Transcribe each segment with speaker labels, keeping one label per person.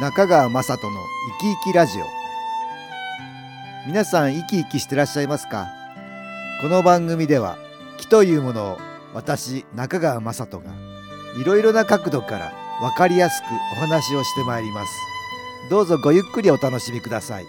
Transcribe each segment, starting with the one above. Speaker 1: 中川雅人の生き生きラジオ皆さん生き生きしてらっしゃいますかこの番組では木というものを私中川雅人がいろいろな角度から分かりやすくお話をしてまいりますどうぞごゆっくりお楽しみください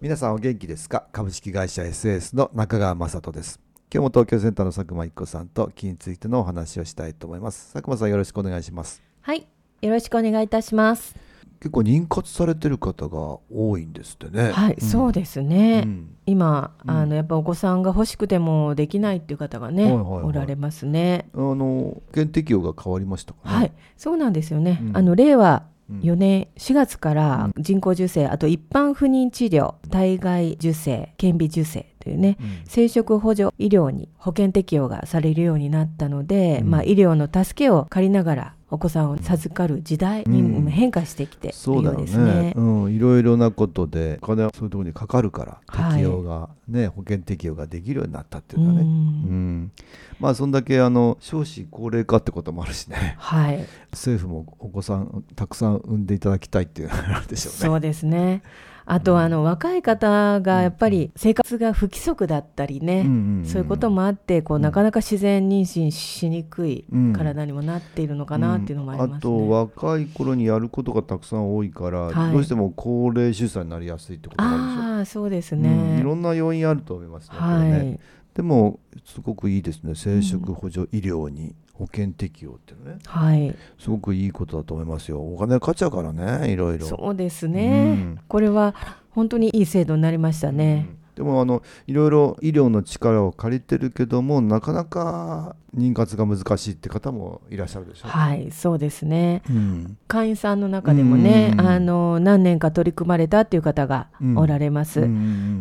Speaker 1: 皆さんお元気ですか株式会社 SS の中川雅人です今日も東京センターの佐久間一子さんと木についてのお話をしたいと思います佐久間さんよろしくお願いします
Speaker 2: はい、よろしくお願いいたします。
Speaker 1: 結構妊活されてる方が多いんですってね
Speaker 2: はい、そう
Speaker 1: で
Speaker 2: ですね。
Speaker 1: うん
Speaker 2: 今、
Speaker 1: うん
Speaker 2: あのやっぱお子さんが欲しくてもできないっていう方がね、
Speaker 1: はいはいはい
Speaker 2: おられますね。
Speaker 1: あの保険適用が変わりましたかね
Speaker 2: はい、そうなんですよね。
Speaker 1: うん
Speaker 2: あの令和
Speaker 1: うん
Speaker 2: 4年4月から人工授精、あと一般不妊治療、体外受精、顕微授精というね、
Speaker 1: うん
Speaker 2: 生殖補助医療に保険適用がされるようになったので、
Speaker 1: うん
Speaker 2: まあ、医療の助けを借りながらお子さんを授かる時代
Speaker 1: うん
Speaker 2: に変化してきてい
Speaker 1: そ
Speaker 2: る
Speaker 1: うだ
Speaker 2: よ
Speaker 1: よ
Speaker 2: う
Speaker 1: ね
Speaker 2: ですね。
Speaker 1: うん、いろいろなことでお金はそういうところにかかるから
Speaker 2: はい
Speaker 1: 適用が、ね保険適用ができるようになったっていうか
Speaker 2: う
Speaker 1: ね、うん
Speaker 2: ん
Speaker 1: まあそんだけあの少子高齢化ってこともあるし ね
Speaker 2: はい、
Speaker 1: 政府もお子さんたくさん産んでいただきたいっていうのがあるでしょうね。
Speaker 2: そうですね。あとはあの若い方がやっぱり生活が不規則だったりね、
Speaker 1: うんんん
Speaker 2: そういうこともあってこう、
Speaker 1: うん
Speaker 2: なかなか自然妊娠しにくい
Speaker 1: うん
Speaker 2: 体にもなっているのかなっていうのもありますね。
Speaker 1: あと若い頃にやることがたくさん多いから、
Speaker 2: はい
Speaker 1: どうしても高齢出産になりやすいってことがあるでしょう
Speaker 2: ああそうです
Speaker 1: うんい
Speaker 2: ね。
Speaker 1: ろんな要因あると思いますね,これ
Speaker 2: は
Speaker 1: ね、
Speaker 2: い、
Speaker 1: でもすごくいいですね生殖補助医療に保険適用っていうのね
Speaker 2: はい、
Speaker 1: すごくいいことだと思いますよお金かかっちゃうからねいろいろ
Speaker 2: そうです
Speaker 1: う
Speaker 2: ね。
Speaker 1: ん
Speaker 2: これは本当にいい制度になりましたね。
Speaker 1: でもあのいろいろ医療の力を借りてるけどもなかなか妊活が難しいって方もいらっしゃるでしょ
Speaker 2: はい、そうですね。
Speaker 1: うん
Speaker 2: 会員さんの中でもね、
Speaker 1: うん
Speaker 2: あの何年か取り組まれたっていう方がおられます。
Speaker 1: うんう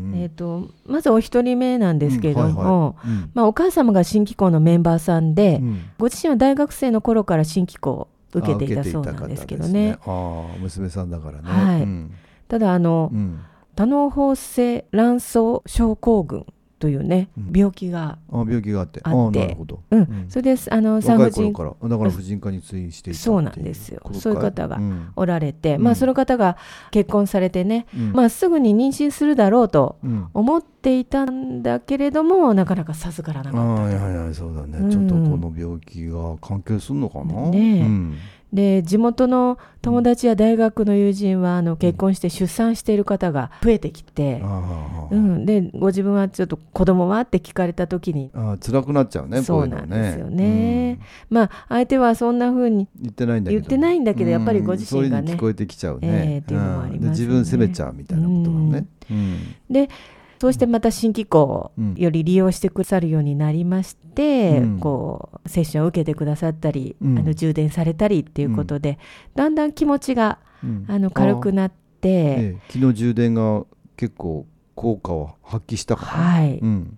Speaker 1: んうん
Speaker 2: えー、とまずお一人目なんですけれど
Speaker 1: う
Speaker 2: も、
Speaker 1: んはいはいうん
Speaker 2: まあ、お母様が新機構のメンバーさんで、
Speaker 1: うん
Speaker 2: ご自身は大学生の頃から新機構を受けてい
Speaker 1: あ
Speaker 2: た
Speaker 1: 受
Speaker 2: そう
Speaker 1: 方
Speaker 2: なんですけどね
Speaker 1: ですああ娘さんだからね
Speaker 2: はい
Speaker 1: うん
Speaker 2: ただあの、
Speaker 1: うん
Speaker 2: 多嚢胞性卵巣症候群というね、
Speaker 1: うん
Speaker 2: 病気が、
Speaker 1: あ病気があって
Speaker 2: あって
Speaker 1: なるほど
Speaker 2: うん
Speaker 1: うん
Speaker 2: それであの産
Speaker 1: 若
Speaker 2: 婦
Speaker 1: い頃
Speaker 2: 人
Speaker 1: からあだから婦人科に通院していたってい
Speaker 2: そうなんですよ
Speaker 1: ことか
Speaker 2: そういう方が
Speaker 1: ん
Speaker 2: おられて、
Speaker 1: うん
Speaker 2: まあ、その方が結婚されてね、
Speaker 1: うん
Speaker 2: まあ、すぐに妊娠するだろうと
Speaker 1: うん
Speaker 2: 思っていたんだけれどもなかなか授からな
Speaker 1: あ
Speaker 2: かった
Speaker 1: あ
Speaker 2: と
Speaker 1: いやいやそうだね、
Speaker 2: うん
Speaker 1: ちょっとこの病気が関係するのかな、
Speaker 2: ねえ
Speaker 1: うん
Speaker 2: で地元の友達や大学の友人はあの結婚して出産している方が増えてきて、
Speaker 1: ああ、
Speaker 2: うん、でご自分はちょっと子供はって聞かれた時に
Speaker 1: ああ辛くなっちゃうね
Speaker 2: そう
Speaker 1: こいの
Speaker 2: なん
Speaker 1: ね
Speaker 2: ですよね、まあ相手はそんな風に
Speaker 1: うん言ってないんだけど
Speaker 2: 言ってないんだけどやっぱりご自身がね
Speaker 1: うんそういうの聞こえてきちゃうね、
Speaker 2: ええっていうのもありま
Speaker 1: う
Speaker 2: すよね
Speaker 1: んで自分責めちゃうみたいなこともね、うん
Speaker 2: でそうしてまた新機構
Speaker 1: うん
Speaker 2: をより利用してくださるようになりまして、
Speaker 1: うん
Speaker 2: こうセッションを受けてくださったり、
Speaker 1: うん
Speaker 2: あの充電されたりっていうことで、だんだん気持ちが
Speaker 1: うん
Speaker 2: あの軽く
Speaker 1: っ
Speaker 2: なって
Speaker 1: て昨日充電が結構効果を発揮したから、
Speaker 2: はい、
Speaker 1: うん、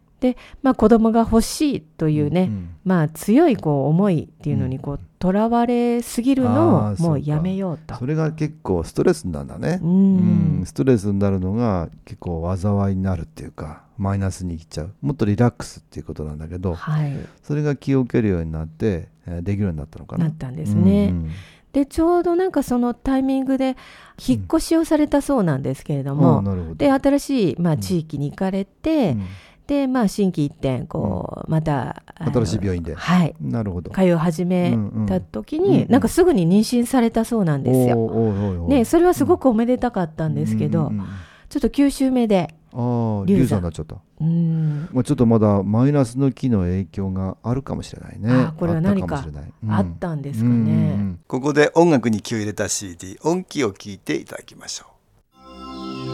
Speaker 2: まあ、子供が欲しいというね、
Speaker 1: ん
Speaker 2: まあ、強いこう思いっていうのにこうとらわれすぎるの
Speaker 1: あ
Speaker 2: を
Speaker 1: ー
Speaker 2: もう
Speaker 1: そうか
Speaker 2: やめようと。
Speaker 1: それが結構ストレスになるんだね
Speaker 2: う、
Speaker 1: うん
Speaker 2: ん
Speaker 1: ストレスになるのが結構災いになるっていうかマイナスにいっちゃうもっとリラックスっていうことなんだけど
Speaker 2: はい、
Speaker 1: それが気を受けるようになってえーできるようになったのかな
Speaker 2: なったんですね。
Speaker 1: うん
Speaker 2: でちょうどなんかそのタイミングで引っ越しをされたそうなんですけれ
Speaker 1: う
Speaker 2: ど
Speaker 1: んあ
Speaker 2: も、
Speaker 1: ーなるほど
Speaker 2: で新しい、ま
Speaker 1: う
Speaker 2: あ、
Speaker 1: ん
Speaker 2: 地域に行かれて、
Speaker 1: うん
Speaker 2: で、まあ、新規一転こう、またあの
Speaker 1: 新しい病院で
Speaker 2: はい、
Speaker 1: なるほど
Speaker 2: 通い始めた時に、
Speaker 1: うんうん
Speaker 2: なんかすぐに妊娠されたそうなんですよ。
Speaker 1: おーおーおーおー
Speaker 2: ね、それはすごくおめでたかったんですけ
Speaker 1: うん
Speaker 2: ど、
Speaker 1: うんうんあ
Speaker 2: ちょっと9週目で。
Speaker 1: ー
Speaker 2: 流産
Speaker 1: 流産になっちゃった
Speaker 2: うん
Speaker 1: まあちょっとまだマイナスの気の影響があるかもしれないね
Speaker 2: あーこれは何か
Speaker 1: あったもしれないうん
Speaker 2: あったんですか
Speaker 1: うんうんう
Speaker 2: ね。
Speaker 1: ん
Speaker 3: ここで音楽に気を入れた CD 音気を聞いていただきましょう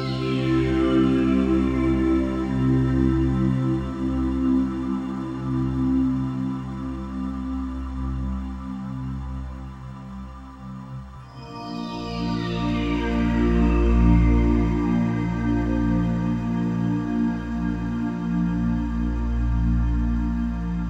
Speaker 4: 「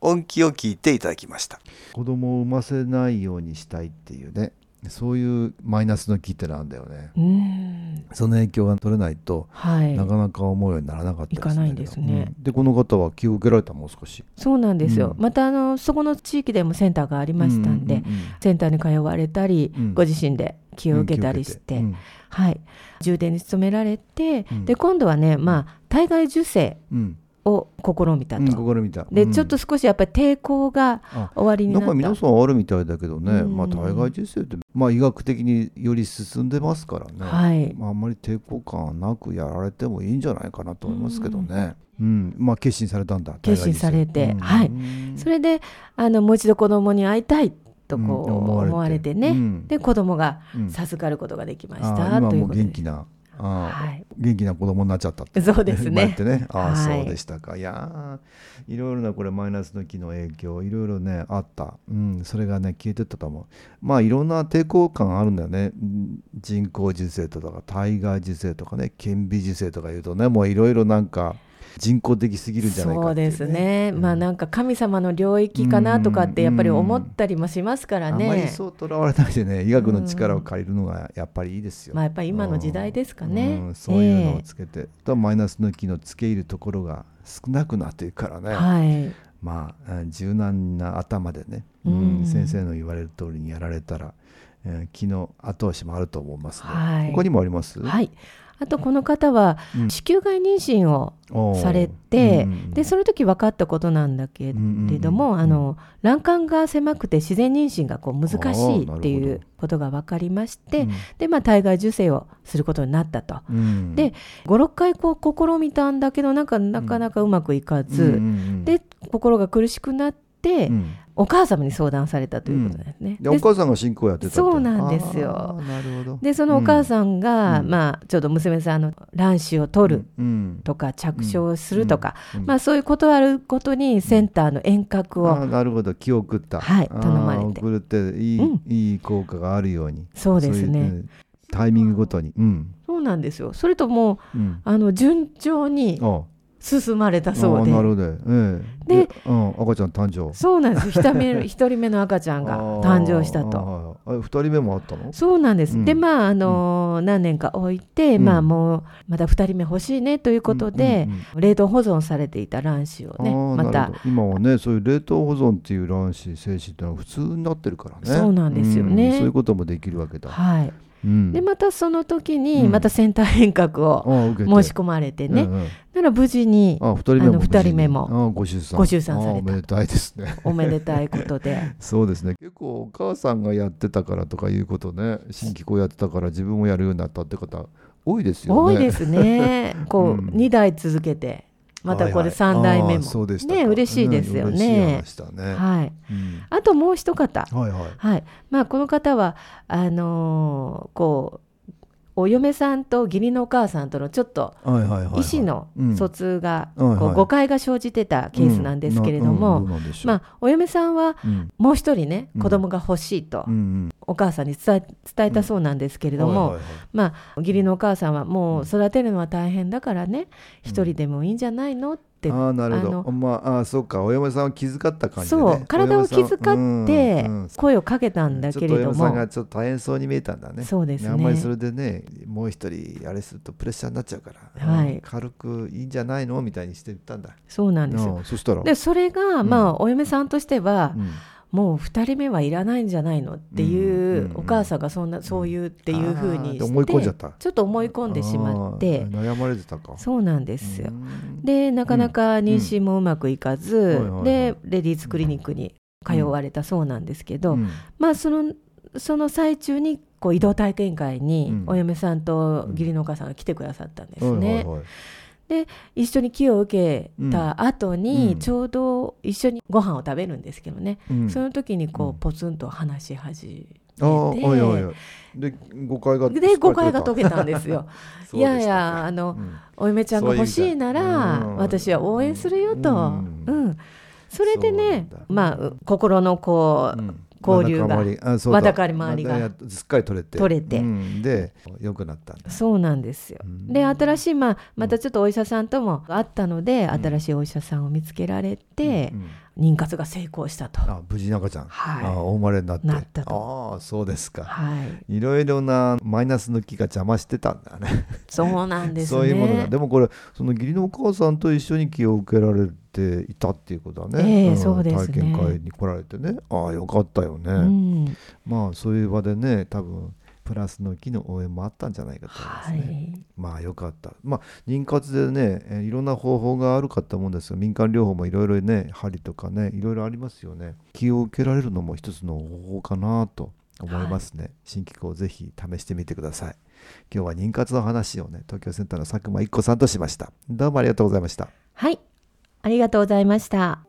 Speaker 3: 音気を聞いていただきました
Speaker 1: 子供を産ませないようにしたいっていうねそういうマイナスの気ってなんだよね
Speaker 2: うん
Speaker 1: その影響が取れないと
Speaker 2: はい
Speaker 1: なかなか思うようにならなかったりるだよ
Speaker 2: いかないんですね
Speaker 1: うんでこの方は気を受けられたもう少し
Speaker 2: そうなんですよ、
Speaker 1: うん
Speaker 2: またあのそこの地域でもセンターがありましたんで、
Speaker 1: ううう
Speaker 2: センターに通われたり、
Speaker 1: うん
Speaker 2: ご自身で気
Speaker 1: うん
Speaker 2: を受けたりして、
Speaker 1: うん
Speaker 2: はい、充電に努められて、
Speaker 1: うん
Speaker 2: で今度はね、まあ、体外受精
Speaker 1: うん
Speaker 2: を試みた
Speaker 1: う
Speaker 2: と、
Speaker 1: ん心見た
Speaker 2: で
Speaker 1: うん
Speaker 2: ちょっと少しやっぱり抵抗が
Speaker 1: あ
Speaker 2: 終わりに
Speaker 1: な
Speaker 2: なん
Speaker 1: か
Speaker 2: っ
Speaker 1: 皆
Speaker 2: た。
Speaker 1: さんあるみたいだけどね、
Speaker 2: うん
Speaker 1: まあ体外受精ってまあ医学的により進んでますからね、
Speaker 2: はい、
Speaker 1: まあ、あんまり抵抗感はなくやられてもいいんじゃないかなと思いますけどね。うん、まあ決心されたんだ。
Speaker 2: 決心されてはいそれであのもう一度子供に会いたいとこう
Speaker 1: うん思
Speaker 2: 思
Speaker 1: わ
Speaker 2: わ
Speaker 1: れ
Speaker 2: れ
Speaker 1: て
Speaker 2: てね、
Speaker 1: うん
Speaker 2: で子供が
Speaker 1: うん
Speaker 2: 授かることができまし
Speaker 1: あ
Speaker 2: た、
Speaker 1: あ今
Speaker 2: という
Speaker 1: もう
Speaker 2: こと
Speaker 1: 元
Speaker 2: で
Speaker 1: 気な、ああ
Speaker 2: はい
Speaker 1: 元気な子供になっちゃったって。
Speaker 2: そうです
Speaker 1: 生まれ
Speaker 2: ね
Speaker 1: てね、ああ
Speaker 2: はい
Speaker 1: そうでしたか。いやー、いろいろなこれマイナスの気の影響、いろいろねあった。うん、それがね消えてったと思う。まあいろんな抵抗感あるんだよね。うん人工受精とか体外受精とかね、顕微受精とかいうとね、もういろいろなんか人工的すぎるんじゃないか
Speaker 2: そう
Speaker 1: ってい
Speaker 2: ですね、まあなんか神様の領域かなとかってやっぱり思ったりもしますから
Speaker 1: あんまり
Speaker 2: ね、
Speaker 1: そうとらわれないでね医学の力を借りるのがやっぱりいいですよ。
Speaker 2: まあやっぱり今の時代ですかね
Speaker 1: うんそういうのを
Speaker 2: ええ
Speaker 1: つけて、とマイナスの気のつけ入るところが少なくなっていくからね、
Speaker 2: はい
Speaker 1: まあうん柔軟な頭でね、
Speaker 2: うん
Speaker 1: 先生の言われる通りにやられたら、えー気の後押しもあると思いますね。
Speaker 2: はい
Speaker 1: 他にもあります、
Speaker 2: はい、あとこの方は
Speaker 1: うん
Speaker 2: 子宮外妊娠を
Speaker 1: おー
Speaker 2: されて、
Speaker 1: うんうんうん
Speaker 2: でその時分かったことなんだけれども、
Speaker 1: うんうんうん
Speaker 2: あの卵管が狭くて自然妊娠がこう難しいっ
Speaker 1: あ
Speaker 2: て
Speaker 1: ーないる
Speaker 2: う
Speaker 1: ほ
Speaker 2: ことが分かりまして、
Speaker 1: うん
Speaker 2: でまあ体外受精をすることになったと。
Speaker 1: うん
Speaker 2: で56回こう試みたんだけどなんかなかなかうまくいかず、
Speaker 1: うんうんうん
Speaker 2: で心が苦しくなって、
Speaker 1: うん
Speaker 2: お母様に相談されたということですね。
Speaker 1: でお
Speaker 2: で
Speaker 1: 母さんが進行やってたって
Speaker 2: そうなんですよ
Speaker 1: あーなるほど
Speaker 2: でそのお母さんが、
Speaker 1: うん
Speaker 2: まあ、ちょっと娘さんの卵子を取る
Speaker 1: うん
Speaker 2: とか着床するとか、
Speaker 1: うんうん
Speaker 2: まあ、そういうことあることにセンターの遠隔を、
Speaker 1: あーなるほど気を送った、
Speaker 2: はい
Speaker 1: あー
Speaker 2: 頼まれて
Speaker 1: 送るっていい,、
Speaker 2: うん
Speaker 1: いい効果があるように
Speaker 2: そうです
Speaker 1: い
Speaker 2: ねそう
Speaker 1: うんタイミングごとにうん、
Speaker 2: なんですよそれとも
Speaker 1: うん、
Speaker 2: あの順調に
Speaker 1: あ
Speaker 2: 進まれたそう
Speaker 1: あーなる
Speaker 2: で
Speaker 1: ほど、ええ
Speaker 2: で
Speaker 1: うん、赤ちゃん誕生
Speaker 2: そうなんですよ一人目一人目の赤ちゃんが誕生したと。
Speaker 1: とあーあー二人目もあったの
Speaker 2: そうなんです、
Speaker 1: うん
Speaker 2: でまああのー何年か置いて、
Speaker 1: うん
Speaker 2: まあもうまた2人目欲しいねということで、
Speaker 1: うんうんうん
Speaker 2: 冷凍保存されていた卵子をね
Speaker 1: あー
Speaker 2: ま
Speaker 1: なる
Speaker 2: た
Speaker 1: ほど今はねそういう冷凍保存っていう卵子精子ってのは普通になってるからね
Speaker 2: そうなんですよね
Speaker 1: うんそういうこともできるわけだ、
Speaker 2: はい
Speaker 1: うん
Speaker 2: でまたその時に、
Speaker 1: うん
Speaker 2: またセンター変革
Speaker 1: あ
Speaker 2: を
Speaker 1: ー受けて
Speaker 2: 申し込まれてね、
Speaker 1: うんうん
Speaker 2: なら無事に
Speaker 1: あ二人目も
Speaker 2: あの
Speaker 1: 無事に
Speaker 2: 二人目も
Speaker 1: あーご出産
Speaker 2: ご出産され
Speaker 1: あー
Speaker 2: た
Speaker 1: おめでたいですね
Speaker 2: おめでたいことで
Speaker 1: そうですね結構お母さんがやってたからとかいうことね新規こうやってたから自分もやるようになったって方多いですよね
Speaker 2: 多いです すねこう、
Speaker 1: うん
Speaker 2: 2代続けてまたこれ3代目も、
Speaker 1: そうでしたか
Speaker 2: ね嬉しいですよ
Speaker 1: うん
Speaker 2: ね
Speaker 1: 嬉、しい話だね、
Speaker 2: はい
Speaker 1: うん
Speaker 2: あともう一方
Speaker 1: はいはい
Speaker 2: はいまあ、この方はあのーこうお嫁さんと義理のお母さんとのちょっと
Speaker 1: はいはいはい
Speaker 2: 意思の
Speaker 1: うん
Speaker 2: 疎通が、
Speaker 1: はい
Speaker 2: こ
Speaker 1: はいう
Speaker 2: 誤解が生じてたケースなんですけれども、
Speaker 1: うんなうんどうなんでしょう
Speaker 2: まあ、お嫁さんは
Speaker 1: うん
Speaker 2: もう一人ね
Speaker 1: うん
Speaker 2: 子供が欲しいと
Speaker 1: うんうん
Speaker 2: お母さんに伝え伝えたそうなんですけれども、
Speaker 1: はいはいはい
Speaker 2: まあ、義理のお母さんはもう育てるのは大変だからね一人でもいいんじゃないのって、
Speaker 1: ああなるほ
Speaker 2: あ
Speaker 1: ど
Speaker 2: の
Speaker 1: まああーそうかお嫁さんを気遣った感じで、ね、
Speaker 2: そう体を気遣
Speaker 1: お嫁さ
Speaker 2: って
Speaker 1: んうんうん
Speaker 2: 声をかけたんだけれど
Speaker 1: ちょっとお嫁さん
Speaker 2: も
Speaker 1: が。ちょっと大変そうに見えたんだね。
Speaker 2: そうですね
Speaker 1: あんまりそれでねもう一人あれするとプレッシャーになっちゃうから、
Speaker 2: はい
Speaker 1: うん軽くいいんじゃないのみたいにしていったんだ。
Speaker 2: そうなんですよ
Speaker 1: ああそしたら
Speaker 2: でそれが、
Speaker 1: うん
Speaker 2: まあお嫁さんとしては
Speaker 1: う、ん
Speaker 2: もう2人目はいらないんじゃないのって
Speaker 1: うん
Speaker 2: いう
Speaker 1: う、んうん
Speaker 2: お母さんがそんなそういうっていうふうにし
Speaker 1: あー
Speaker 2: て
Speaker 1: 思い込んじゃった
Speaker 2: ちょっと思い込んでしまっ
Speaker 1: あ
Speaker 2: て
Speaker 1: あ悩まれてたか。
Speaker 2: そうなんですよ
Speaker 1: う。ん
Speaker 2: でなかなか妊娠もうまくいかず、
Speaker 1: うんはいはいは
Speaker 2: でレディースクリニックに通われたそうなんですけど、
Speaker 1: うん
Speaker 2: まあそのその最中にこう移動体験会
Speaker 1: う
Speaker 2: に
Speaker 1: ん
Speaker 2: お嫁さんと義理のお母さんが来てくださったんですね。
Speaker 1: はいはいはい
Speaker 2: 一緒に木を受けた後に、
Speaker 1: うん
Speaker 2: ちょうど一緒にご飯を食べるんですけどね、
Speaker 1: うん
Speaker 2: その時にこ
Speaker 1: うん
Speaker 2: うポツンと話し始めて、
Speaker 1: ああはいはいはいで誤解が
Speaker 2: で誤解が
Speaker 1: と
Speaker 2: 解けたんです よいやいやあの、お嫁ちゃんが欲しいなら
Speaker 1: そういう意味だうん
Speaker 2: 私は応援するよと、
Speaker 1: う
Speaker 2: うんんそれでね
Speaker 1: そうなんだ
Speaker 2: まあう心のこう、交流がわだかり回りが
Speaker 1: すっかり取れて
Speaker 2: 取れて
Speaker 1: うんで良くなったんだ
Speaker 2: そうなんですよ。で新しい、まあ、またちょっとお医者さんとも会ったので、新しいお医者さんを見つけられて、
Speaker 1: うん
Speaker 2: 妊活が成功したと。
Speaker 1: あ無事中ちゃん、
Speaker 2: はい
Speaker 1: あお生まれになって
Speaker 2: なったと
Speaker 1: ああそうですか、
Speaker 2: はい、
Speaker 1: いろいろなマイナスの気が邪魔してたんだね。
Speaker 2: そうなんですね。
Speaker 1: そういうものが。でもこれ、その義理のお母さんと一緒に気を受けられていたっていうことはね。
Speaker 2: ええ
Speaker 1: ん
Speaker 2: そうですね
Speaker 1: 体験会に来られてね。ああ、よかったよね。
Speaker 2: うん、
Speaker 1: まあ、そういう場でね、多分。プラスの木の応援もあったんじゃないかと思います
Speaker 2: は
Speaker 1: ね。
Speaker 2: い、
Speaker 1: まあよかった。まあ妊活でね、えーいろんな方法があるかと思うんですが、民間療法もいろいろね、針とかね、いろいろありますよね。気を受けられるのも一つの方法かなと思いますね。新機構をぜひ試してみてください。今日は妊活の話をね、東京センターの佐久間一子さんとしました。どうもありがとうございました。
Speaker 2: はい、ありがとうございました。